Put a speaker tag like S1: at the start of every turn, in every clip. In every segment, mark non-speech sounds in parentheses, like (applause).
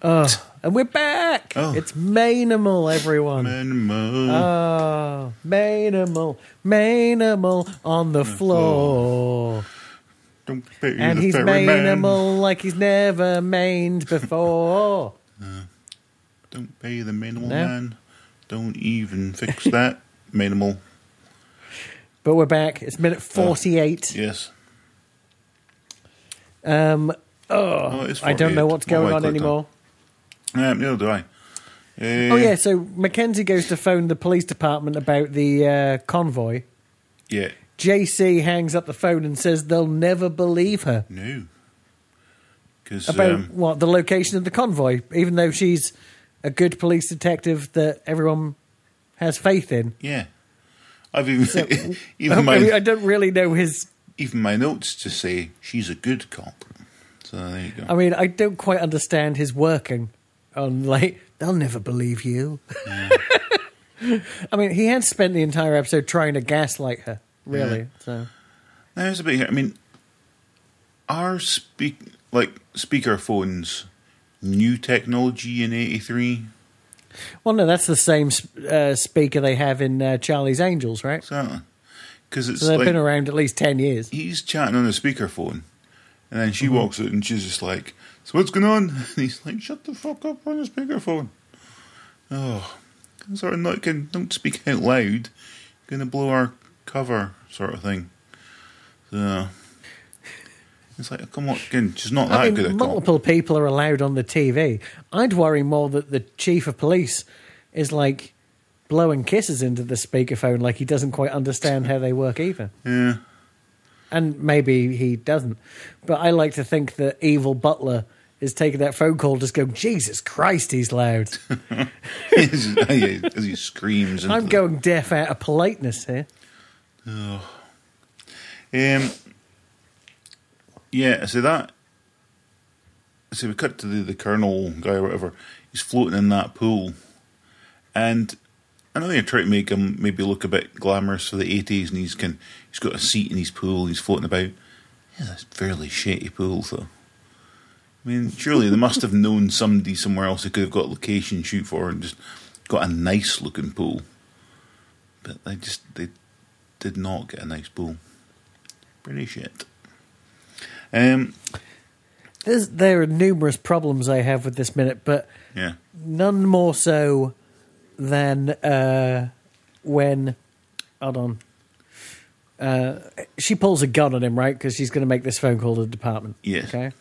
S1: Oh, and we're back.
S2: Oh.
S1: It's Manimal, everyone.
S2: Minimal.
S1: Oh, Manimal, Manimal on the floor.
S2: Don't pay
S1: And
S2: the
S1: he's
S2: ferryman.
S1: Manimal like he's never mained (laughs) before.
S2: Don't pay the minimal
S1: No.
S2: man. Don't even fix (laughs) that minimal.
S1: but we're back. It's minute 48.
S2: Yes.
S1: Um,
S2: Oh, it's
S1: Oh, I don't know
S2: 48.
S1: what's
S2: More
S1: going on
S2: likely than-
S1: anymore.
S2: Um, neither do I. Uh,
S1: Oh, yeah, so Mackenzie goes to phone the police department about the uh, convoy.
S2: Yeah.
S1: JC hangs up the phone and says they'll never believe her.
S2: No. Because
S1: about
S2: um,
S1: what the location of the convoy, even though she's a good police detective that everyone has faith in.
S2: yeah, I've even
S1: I,
S2: (laughs) even my
S1: mean, I don't really know his.
S2: even my notes to say she's a good cop. So there you go.
S1: I mean, I don't quite understand his working on like they'll never believe you.
S2: Mm.
S1: (laughs) I mean, he had spent the entire episode trying to gaslight her, really.
S2: Yeah.
S1: So
S2: There's a bit here. I mean, are speak like speaker phones new technology in '83?
S1: well, no, that's the same sp- uh, speaker they have in uh, Charlie's Angels, right?
S2: Exactly. Because it's
S1: So they've
S2: like
S1: been around at least ten years.
S2: he's chatting on a speaker phone, and then
S1: Mm-hmm.
S2: she walks out and she's just like, "So what's going on?" (laughs) And he's like, "Shut the fuck up on the speaker phone." Oh, sort of not can don't speak out loud. Gonna blow our cover, sort of thing. So it's like, come on, again, she's not that
S1: I
S2: good at
S1: mean, (laughs)
S2: cop.
S1: multiple people are allowed on the TV. I'd worry more that the chief of police is like blowing kisses into the speakerphone, like he doesn't quite understand how they work either.
S2: Yeah. (laughs)
S1: And maybe he doesn't. But I like to think that evil butler is taking that phone call, just going, Jesus Christ, he's loud.
S2: as he screams. into
S1: I'm
S2: the-
S1: going deaf out of politeness here.
S2: Um, yeah, so that. So we cut to the, the colonel guy or whatever. He's floating in that pool, and I know they try to make him maybe look a bit glamorous for the eighties, and he's can he's got a seat in his pool, and he's floating about. Yeah, that's a fairly shitty pool though. I mean, surely they must have known somebody somewhere else who could have got location shoot for and just got a nice looking pool. But they just they did not get a nice pool. Pretty shit. Um,
S1: There's, there are numerous problems I have with this minute, but
S2: yeah,
S1: none more so than uh, when. Hold on. Uh, she pulls a gun on him, right? Because she's going to make this phone call to the department.
S2: Yes.
S1: Okay.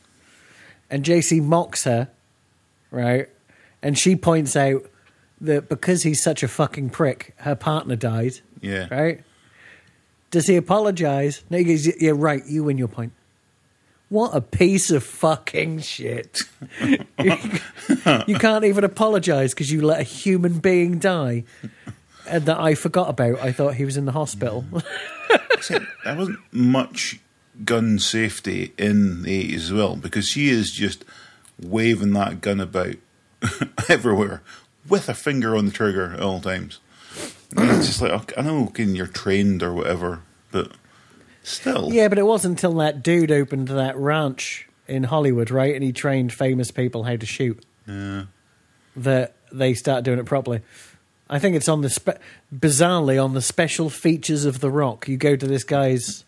S1: And JC mocks her, right? And she points out that because he's such a fucking prick, her partner died,
S2: yeah,
S1: right? Does he apologize? No, he goes, Yeah, right. You win your point. What a piece of fucking shit. you can't even apologize because you let a human being die and that I forgot about. I thought he was in the hospital.
S2: Except there wasn't much gun safety in the eighties as well because she is just waving that gun about (laughs) everywhere with her finger on the trigger at all times. And it's just like okay, I know, okay, you're trained or whatever, but still,
S1: yeah, but it wasn't until that dude opened that ranch in Hollywood, right? And he trained famous people how to shoot. That they start doing it properly. I think it's on the spe- bizarrely on the special features of The Rock. You go to this guy's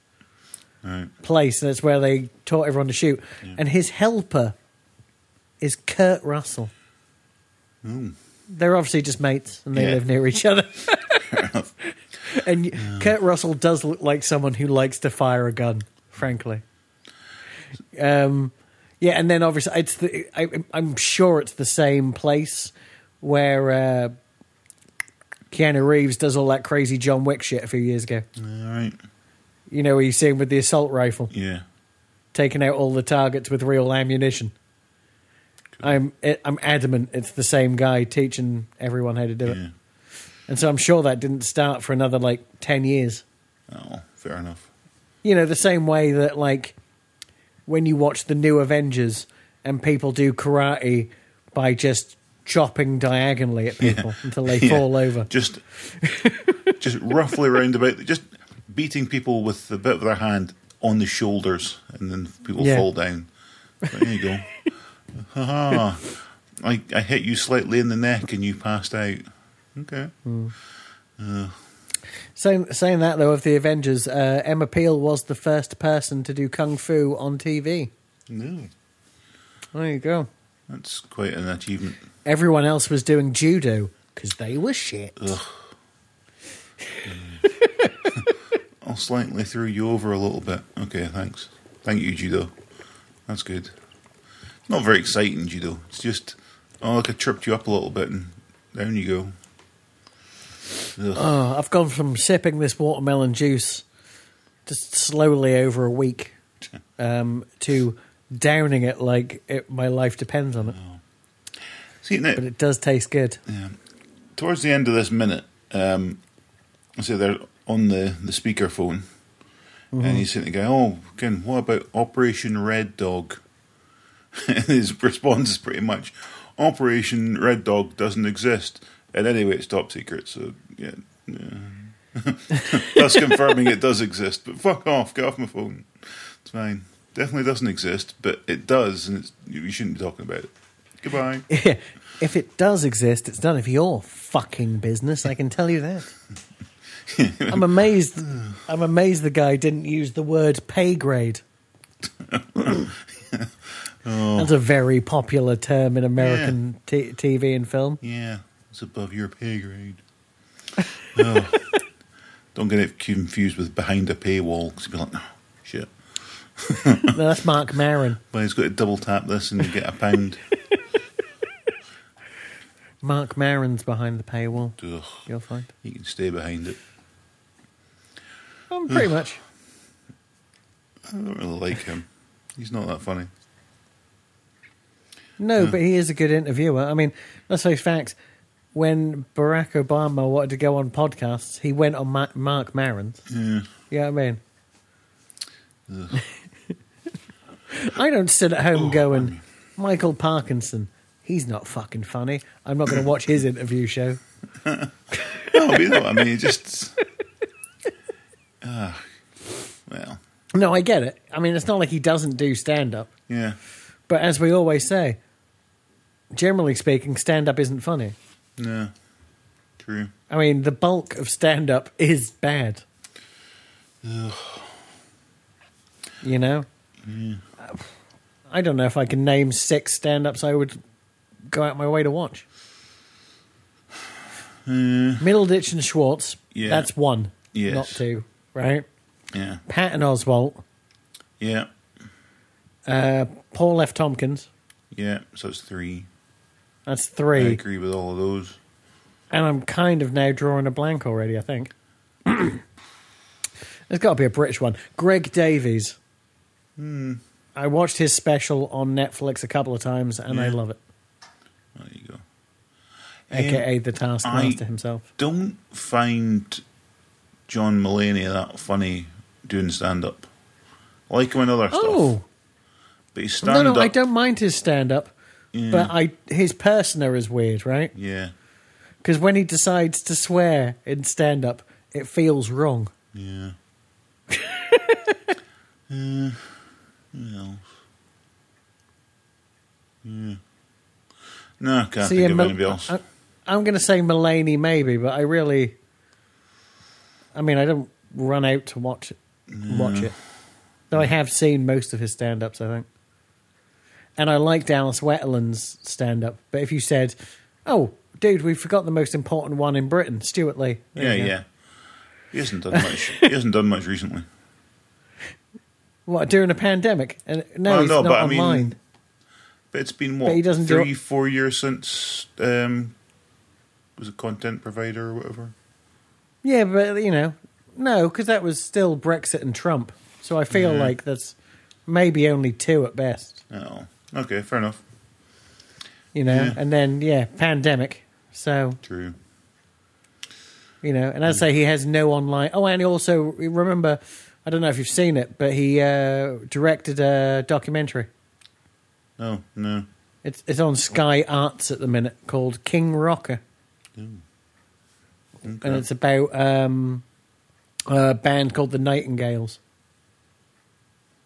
S2: Right.
S1: place, and that's where they taught everyone to shoot. And his helper is Kurt Russell. They're obviously just mates, and they
S2: Yeah.
S1: live near each other. and y Kurt Russell does look like someone who likes to fire a gun, frankly. Um, yeah, and then obviously it's the I, I'm sure it's the same place where uh, Keanu Reeves does all that crazy John Wick shit a few years ago.
S2: all right,
S1: You know, where you see him with the assault rifle.
S2: yeah,
S1: taking out all the targets with real ammunition. I'm eh, I'm adamant it's the same guy teaching everyone how to do
S2: Yeah.
S1: it, and so I'm sure that didn't start for another like ten years.
S2: Oh, fair enough.
S1: You know, the same way that like when you watch the new Avengers and people do karate by just chopping diagonally at people until they
S2: (laughs) Yeah.
S1: fall over.
S2: Just, just roughly roundabout, just beating people with the bit of their hand on the shoulders, and then people
S1: Yeah.
S2: fall down. But there you go. Ha I, I hit you slightly in the neck, and you passed out. Okay.
S1: Saying, saying that though of the Avengers, uh, Emma Peel was the first person to do kung fu on TV.
S2: No,
S1: There you go.
S2: that's quite an achievement.
S1: Everyone else was doing judo because they were shit.
S2: I'll slightly throw you over a little bit. Okay, thanks. Thank you, judo. That's good. Not very exciting, judo. It's just, oh, look, I tripped you up a little bit, and down you go. Ugh.
S1: Oh, I've gone from sipping this watermelon juice just slowly over a week um, to downing it like it, my life depends on it.
S2: See,
S1: But
S2: now,
S1: it does taste good.
S2: towards the end of this minute, um, I say they're on the, the speakerphone, and he's saying to the guy, oh, Ken, what about Operation Red Dog? (laughs) and his response is pretty much, Operation Red Dog doesn't exist. And anyway, it's top secret, so yeah. yeah. (laughs) That's confirming it does exist, but fuck off, get off my phone. It's fine. Definitely doesn't exist, but it does, and it's, you shouldn't be talking about it. Goodbye.
S1: if it does exist, it's none of your fucking business. I can tell you that. I'm amazed. I'm amazed the guy didn't use the word pay grade. That's a very popular term in American t- TV and film.
S2: Yeah, it's above your pay grade. oh, (laughs) don't get it confused with behind a paywall because you'll be like, no, shit.
S1: No, that's Mark Maron.
S2: But he's got to double tap this and you get a pound. (laughs)
S1: Mark Maron's behind the paywall.
S2: Ugh,
S1: You'll find.
S2: you can stay behind it.
S1: Um, pretty much.
S2: I don't really like him. He's not that funny.
S1: No, but he is a good interviewer. I mean, let's face facts. When Barack Obama wanted to go on podcasts, he went on Ma- Mark Maron's.
S2: Yeah.
S1: Yeah, I mean, I don't sit at home going, Michael Parkinson. He's not fucking funny. I'm not going to watch his interview show.
S2: No, but you know what I mean. It just. Ah, well,
S1: No, I get it. I mean, it's not like he doesn't do stand up,
S2: yeah.
S1: but as we always say, generally speaking, stand up isn't funny.
S2: Yeah. True.
S1: I mean, the bulk of stand up is bad. You know? I don't know if I can name six stand ups I would go out my way to watch. Middleditch and Schwartz.
S2: Yeah.
S1: That's one,
S2: Yes.
S1: not two, right?
S2: Yeah.
S1: Patton Oswalt,
S2: Yeah.
S1: Paul F. Tompkins.
S2: Yeah. So it's three.
S1: That's
S2: I
S1: three.
S2: agree with all of those.
S1: And I'm kind of now drawing a blank already, I think. (clears throat) There's got to be a British one. Greg Davies.
S2: Hmm.
S1: I watched his special on Netflix a couple of times and I
S2: Yeah.
S1: love it.
S2: There you go.
S1: AKA the Taskmaster himself.
S2: don't find John Mullaney that funny doing stand up. Like him in other stuff.
S1: Oh,
S2: But he's
S1: no,
S2: stand
S1: no,
S2: up.
S1: I don't mind his stand up,
S2: Yeah.
S1: but I his persona is weird, right?
S2: Yeah,
S1: Because when he decides to swear in stand up, it feels wrong. (laughs)
S2: yeah. yeah. What else? Yeah. No, I
S1: So,
S2: can't think
S1: yeah, uh,
S2: of
S1: Mul-
S2: anybody else.
S1: I, am going to say Mulaney maybe, but I really, I mean, I don't run out to watch it, watch it. Though I have seen most of his stand-ups, I think, and I like Dallas Wetland's stand-up. But if you said, "Oh, dude, we forgot the most important one in Britain, Stuart Lee," There
S2: yeah,
S1: you go.
S2: yeah. He hasn't
S1: (laughs)
S2: done much. he hasn't done much recently.
S1: what during a pandemic? And no,
S2: Well,
S1: he's
S2: no,
S1: not
S2: but I mean-
S1: online.
S2: But it's been what
S1: he doesn't do
S2: three,
S1: it-
S2: four years since um, was it content provider or whatever.
S1: Yeah, but you know, no, because that was still Brexit and Trump. So I feel like that's maybe only two at best.
S2: Oh, okay, fair enough.
S1: You know,
S2: Yeah.
S1: and then yeah, pandemic. So
S2: True.
S1: you know, and as I say, he has no online. Oh, and he also remember, I don't know if you've seen it, but he uh, directed a documentary.
S2: Oh no.
S1: It's it's on Sky Arts at the minute called King Rocker, and it's about um, a band called the Nightingales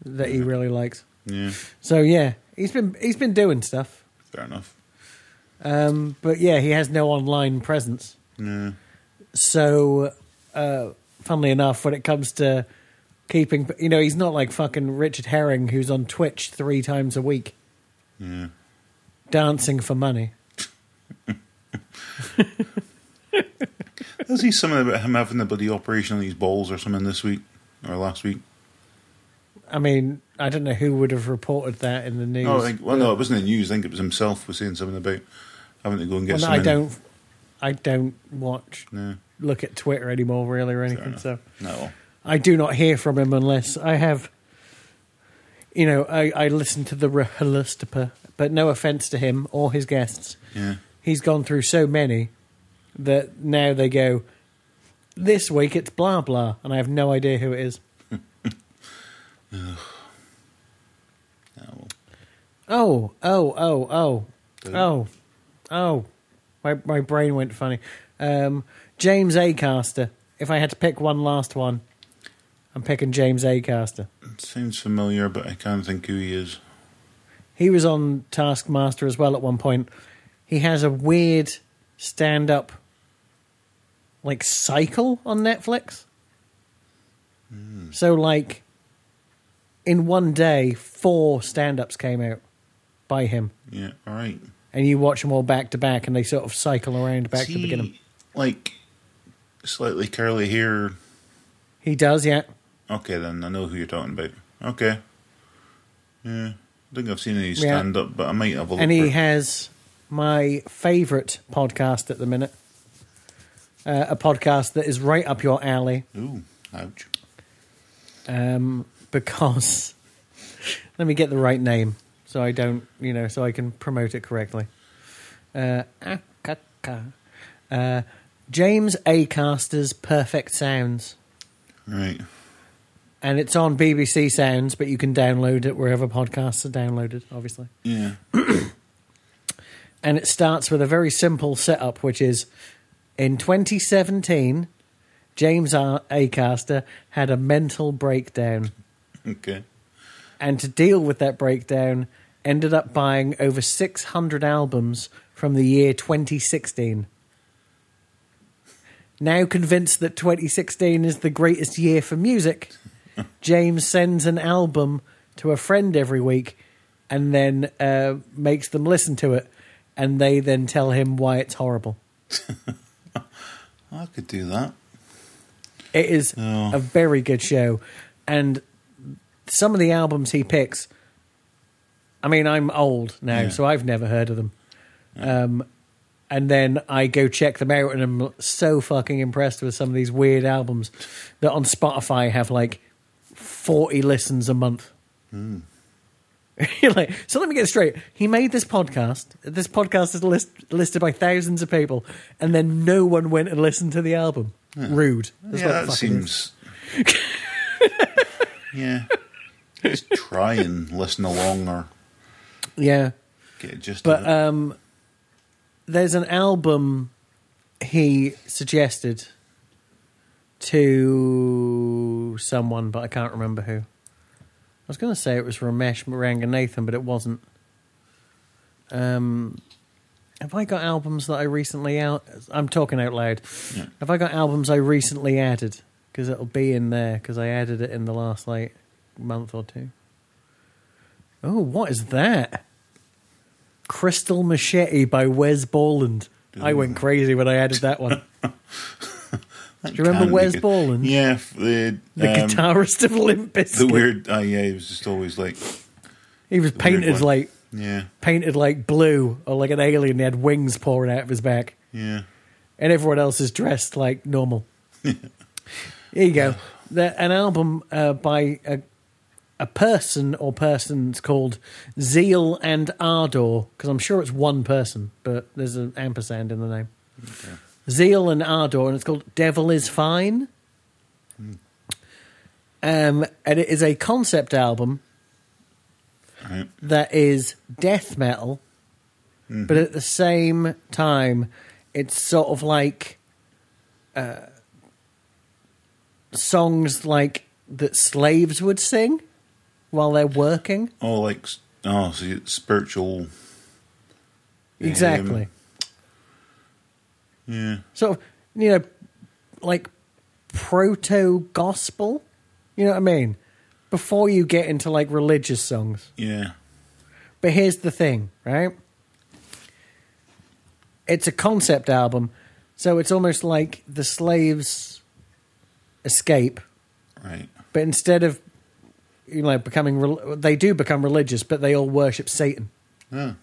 S1: that he really likes.
S2: Yeah,
S1: So yeah, he's been he's been doing stuff,
S2: fair (laughs) enough.
S1: um, but yeah, he has no online presence.
S2: Yeah,
S1: So, uh, funnily enough, when it comes to keeping, you know, he's not like fucking Richard Herring who's on Twitch three times a week
S2: yeah.
S1: dancing for money.
S2: Does he something about him having the bloody operation on these balls or something this week or last week?
S1: I mean, I don't know who would have reported that in the news.
S2: No, I think. Oh, Well, no, it wasn't the news. I think it was himself was saying something about having to go and get.
S1: Well, no,
S2: some
S1: I
S2: in.
S1: don't. I don't watch,
S2: Yeah.
S1: look at Twitter anymore, really, or anything.
S2: enough.
S1: So
S2: No.
S1: I do not hear from him unless I have. You know, I, I listen to the Rahalustapa, but no offense to him or his guests.
S2: Yeah.
S1: he's gone through so many that now they go this week it's blah blah and i have no idea who it is
S2: No. well,
S1: oh oh oh oh oh oh my, my brain went funny um, james acaster if i had to pick one last one i'm picking james acaster
S2: it sounds familiar, but I can't think who he is.
S1: he was on taskmaster as well at one point he has a weird stand-up like cycle on netflix so like in one day four stand-ups came out by him
S2: Yeah. All right.
S1: and you watch them all back to back and they sort of cycle around back
S2: Is
S1: to
S2: he,
S1: beginning
S2: Like slightly curly hair.
S1: he does yeah
S2: Okay, then I know who you're talking about. Okay. Yeah. I don't think I've seen any
S1: Yeah.
S2: stand up, but I might have a look.
S1: and
S2: for
S1: he
S2: it.
S1: has my favorite podcast at the minute uh, a podcast that is right up your alley
S2: Ooh, ouch.
S1: um, because (laughs) let me get the right name so I don't, you know, so I can promote it correctly. Uh, Akaka. Uh, James Acaster's Perfect Sounds.
S2: Right.
S1: And it's on BBC Sounds, but you can download it wherever podcasts are downloaded, obviously.
S2: Yeah.
S1: And it starts with a very simple setup, which is in 2017, James A- Acaster had a mental breakdown.
S2: Okay.
S1: and to deal with that breakdown, ended up buying over 600 albums from the year 2016. Now convinced that 2016 is the greatest year for music, James sends an album to a friend every week and then uh, makes them listen to it, and they then tell him why it's horrible.
S2: I could do that.
S1: It is
S2: Oh.
S1: a very good show, and some of the albums he picks. I mean, I'm old now,
S2: Yeah.
S1: so I've never heard of them. Um, and then I go check them out, and I'm so fucking impressed with some of these weird albums that on Spotify have like 40 listens a month.
S2: Hmm.
S1: (laughs) You're like, so let me get this straight. He made this podcast. This podcast is list, listed by thousands of people, and then no one went and listened to the album. Rude. That's
S2: yeah,
S1: what it
S2: that
S1: fucking is. (laughs)
S2: seems. yeah. Just try and listen along or
S1: Yeah,
S2: get just.
S1: but
S2: a,
S1: um, there's an album he suggested to someone, but I can't remember who. I was going to say it was Ramesh Ranganathan, but it wasn't. Um, have I got albums that I recently out? I'm talking out loud. Have I got albums I recently added? Because it'll be in there because I added it in the last like month or two. Oh, what is that? Crystal Machete by Wes Borland. I went crazy when I added that
S2: (laughs)
S1: one.
S2: that
S1: do you remember
S2: can be
S1: Wes
S2: good.
S1: Borland?
S2: Yeah, f- the,
S1: The
S2: um,
S1: guitarist of Limp Bizkit.
S2: The weird. Uh, yeah, he was just always like.
S1: he was painted
S2: one.
S1: like
S2: Yeah,
S1: painted like blue or like an alien. He had wings pouring out of his back,
S2: yeah.
S1: and everyone else is dressed like normal. Here you go. The, an album uh, by a a person or persons called Zeal and Ardor, because I'm sure it's one person, but there's an ampersand in the name. Zeal and Ardor, and it's called Devil is Fine. Um, and it is a concept album
S2: Right.
S1: that is death metal, but at the same time, it's sort of like uh, songs like that slaves would sing while they're working.
S2: Oh, like s- oh, see, it's spiritual. Yeah,
S1: Exactly.
S2: Yeah.
S1: Sort of, you know, like proto gospel. You know what I mean? Before you get into like religious songs.
S2: Yeah.
S1: But here's the thing, right? It's a concept album, so it's almost like the slaves escape,
S2: Right.
S1: but instead of you know becoming rel- they do become religious, but they all worship Satan.
S2: Yeah.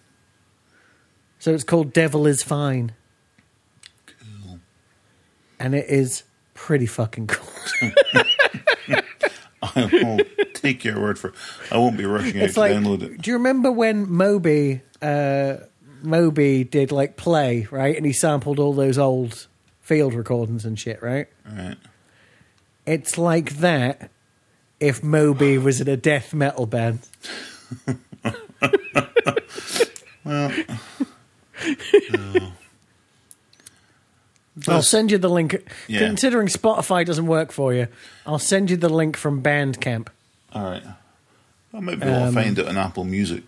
S1: So it's called Devil is Fine. And it is pretty fucking cool.
S2: (laughs) I will take your word for it. I won't be rushing out
S1: It's
S2: to
S1: like,
S2: download it.
S1: do you remember when Moby uh, Moby did like play right, and he sampled all those old field recordings and shit, right?
S2: Right.
S1: It's like that. If Moby was in a death metal band, (laughs) (laughs) I'll
S2: That's-
S1: send you the link.
S2: Yeah.
S1: Considering Spotify doesn't work for you, I'll send you the link from Bandcamp.
S2: All right. I might be able
S1: Um,
S2: to find it on Apple Music.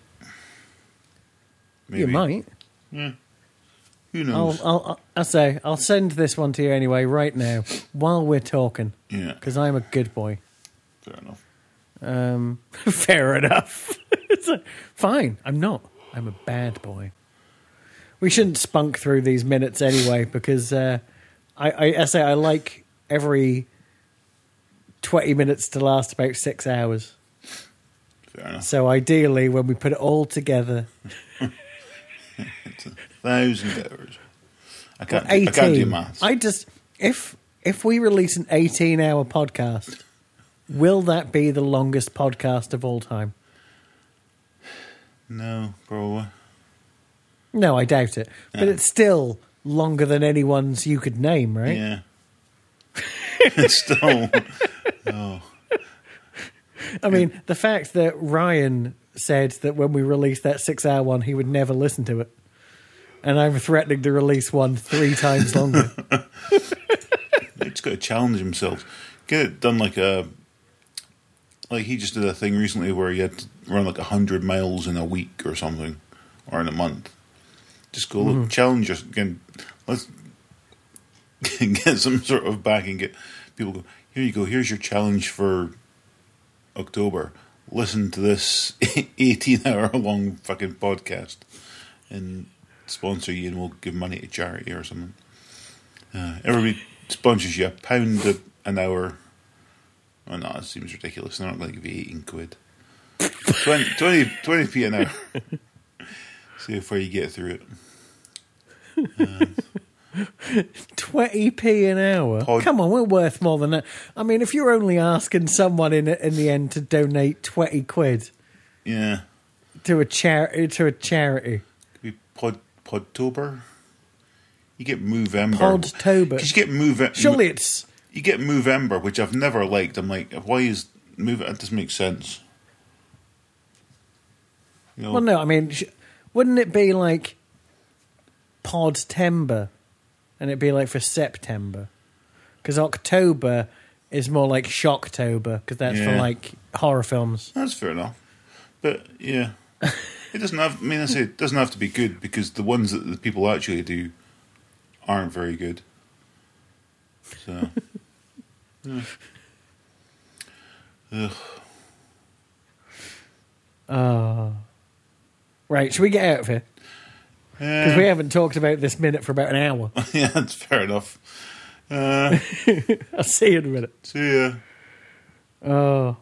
S2: Maybe.
S1: You might.
S2: Who
S1: I'll, uh,
S2: knows?
S1: I'll, I'll, I say, I'll send this one to you anyway, right now, while we're talking,
S2: yeah.
S1: because I'm a good boy.
S2: Fair enough.
S1: Um, (laughs) fair enough. (laughs) It's like, fine, I'm not. I'm a bad boy. We shouldn't spunk through these minutes anyway, because uh, I, I, I say I like every twenty minutes to last about six hours.
S2: Fair enough.
S1: So ideally, when we put it all together,
S2: It's a thousand hours. I can't. do- I can't do
S1: eighteen.
S2: maths.
S1: I just if if we release an eighteen-hour podcast, will that be the longest podcast of all time?
S2: No, probably.
S1: No, I doubt it. But
S2: Yeah.
S1: it's still longer than anyone's you could name, right?
S2: Yeah.
S1: (laughs)
S2: (laughs) It's Still.
S1: I mean, the fact that Ryan said that when we released that six hour one, he would never listen to it. And I'm threatening to release one three times
S2: (laughs)
S1: longer.
S2: He's got to challenge himself. Get it done like a. Like he just did a thing recently where he had to run like hundred miles in a week or something, or in a month. Just go look, challenge us again. Let's (laughs) get some sort of back and get people go. Here you go. Here's your challenge for October. Listen to this (laughs) eighteen-hour-long fucking podcast, and sponsor you, and we'll give money to charity or something. Uh, everybody sponsors you a pound a, an hour. Oh no, that seems ridiculous. They're not going to give you 18 quid. 20, 20, 20p an hour. (laughs) See how far you get through it.
S1: 20p an hour.
S2: Pod-
S1: Come on, we're worth more than that. I mean, if you're only asking someone in in the end to donate 20 quid
S2: Yeah.
S1: to a charity to a charity.
S2: Could be pod, Podtober. You get Movember.
S1: Podtober.
S2: 'Cause You get Move. E-,
S1: Surely it's
S2: You get Movember, which I've never liked. I'm like, why is Move? E-, That doesn't make sense. You know,
S1: Well, no, I mean, sh- wouldn't it be like pod Tember? And it'd be like for September? Because October is more like Shocktober, because that's for
S2: Yeah.
S1: like horror films.
S2: That's fair enough. But yeah, it doesn't have. I mean, I say it doesn't have to be good because the ones that the people actually do aren't very good. So, (laughs) yeah. Ugh,
S1: Right, should we get out of here? Because
S2: Eh,
S1: we haven't talked about this minute for about an hour. (laughs)
S2: yeah, that's fair enough. Uh,
S1: I'll see you in a minute.
S2: so yeah.
S1: Oh.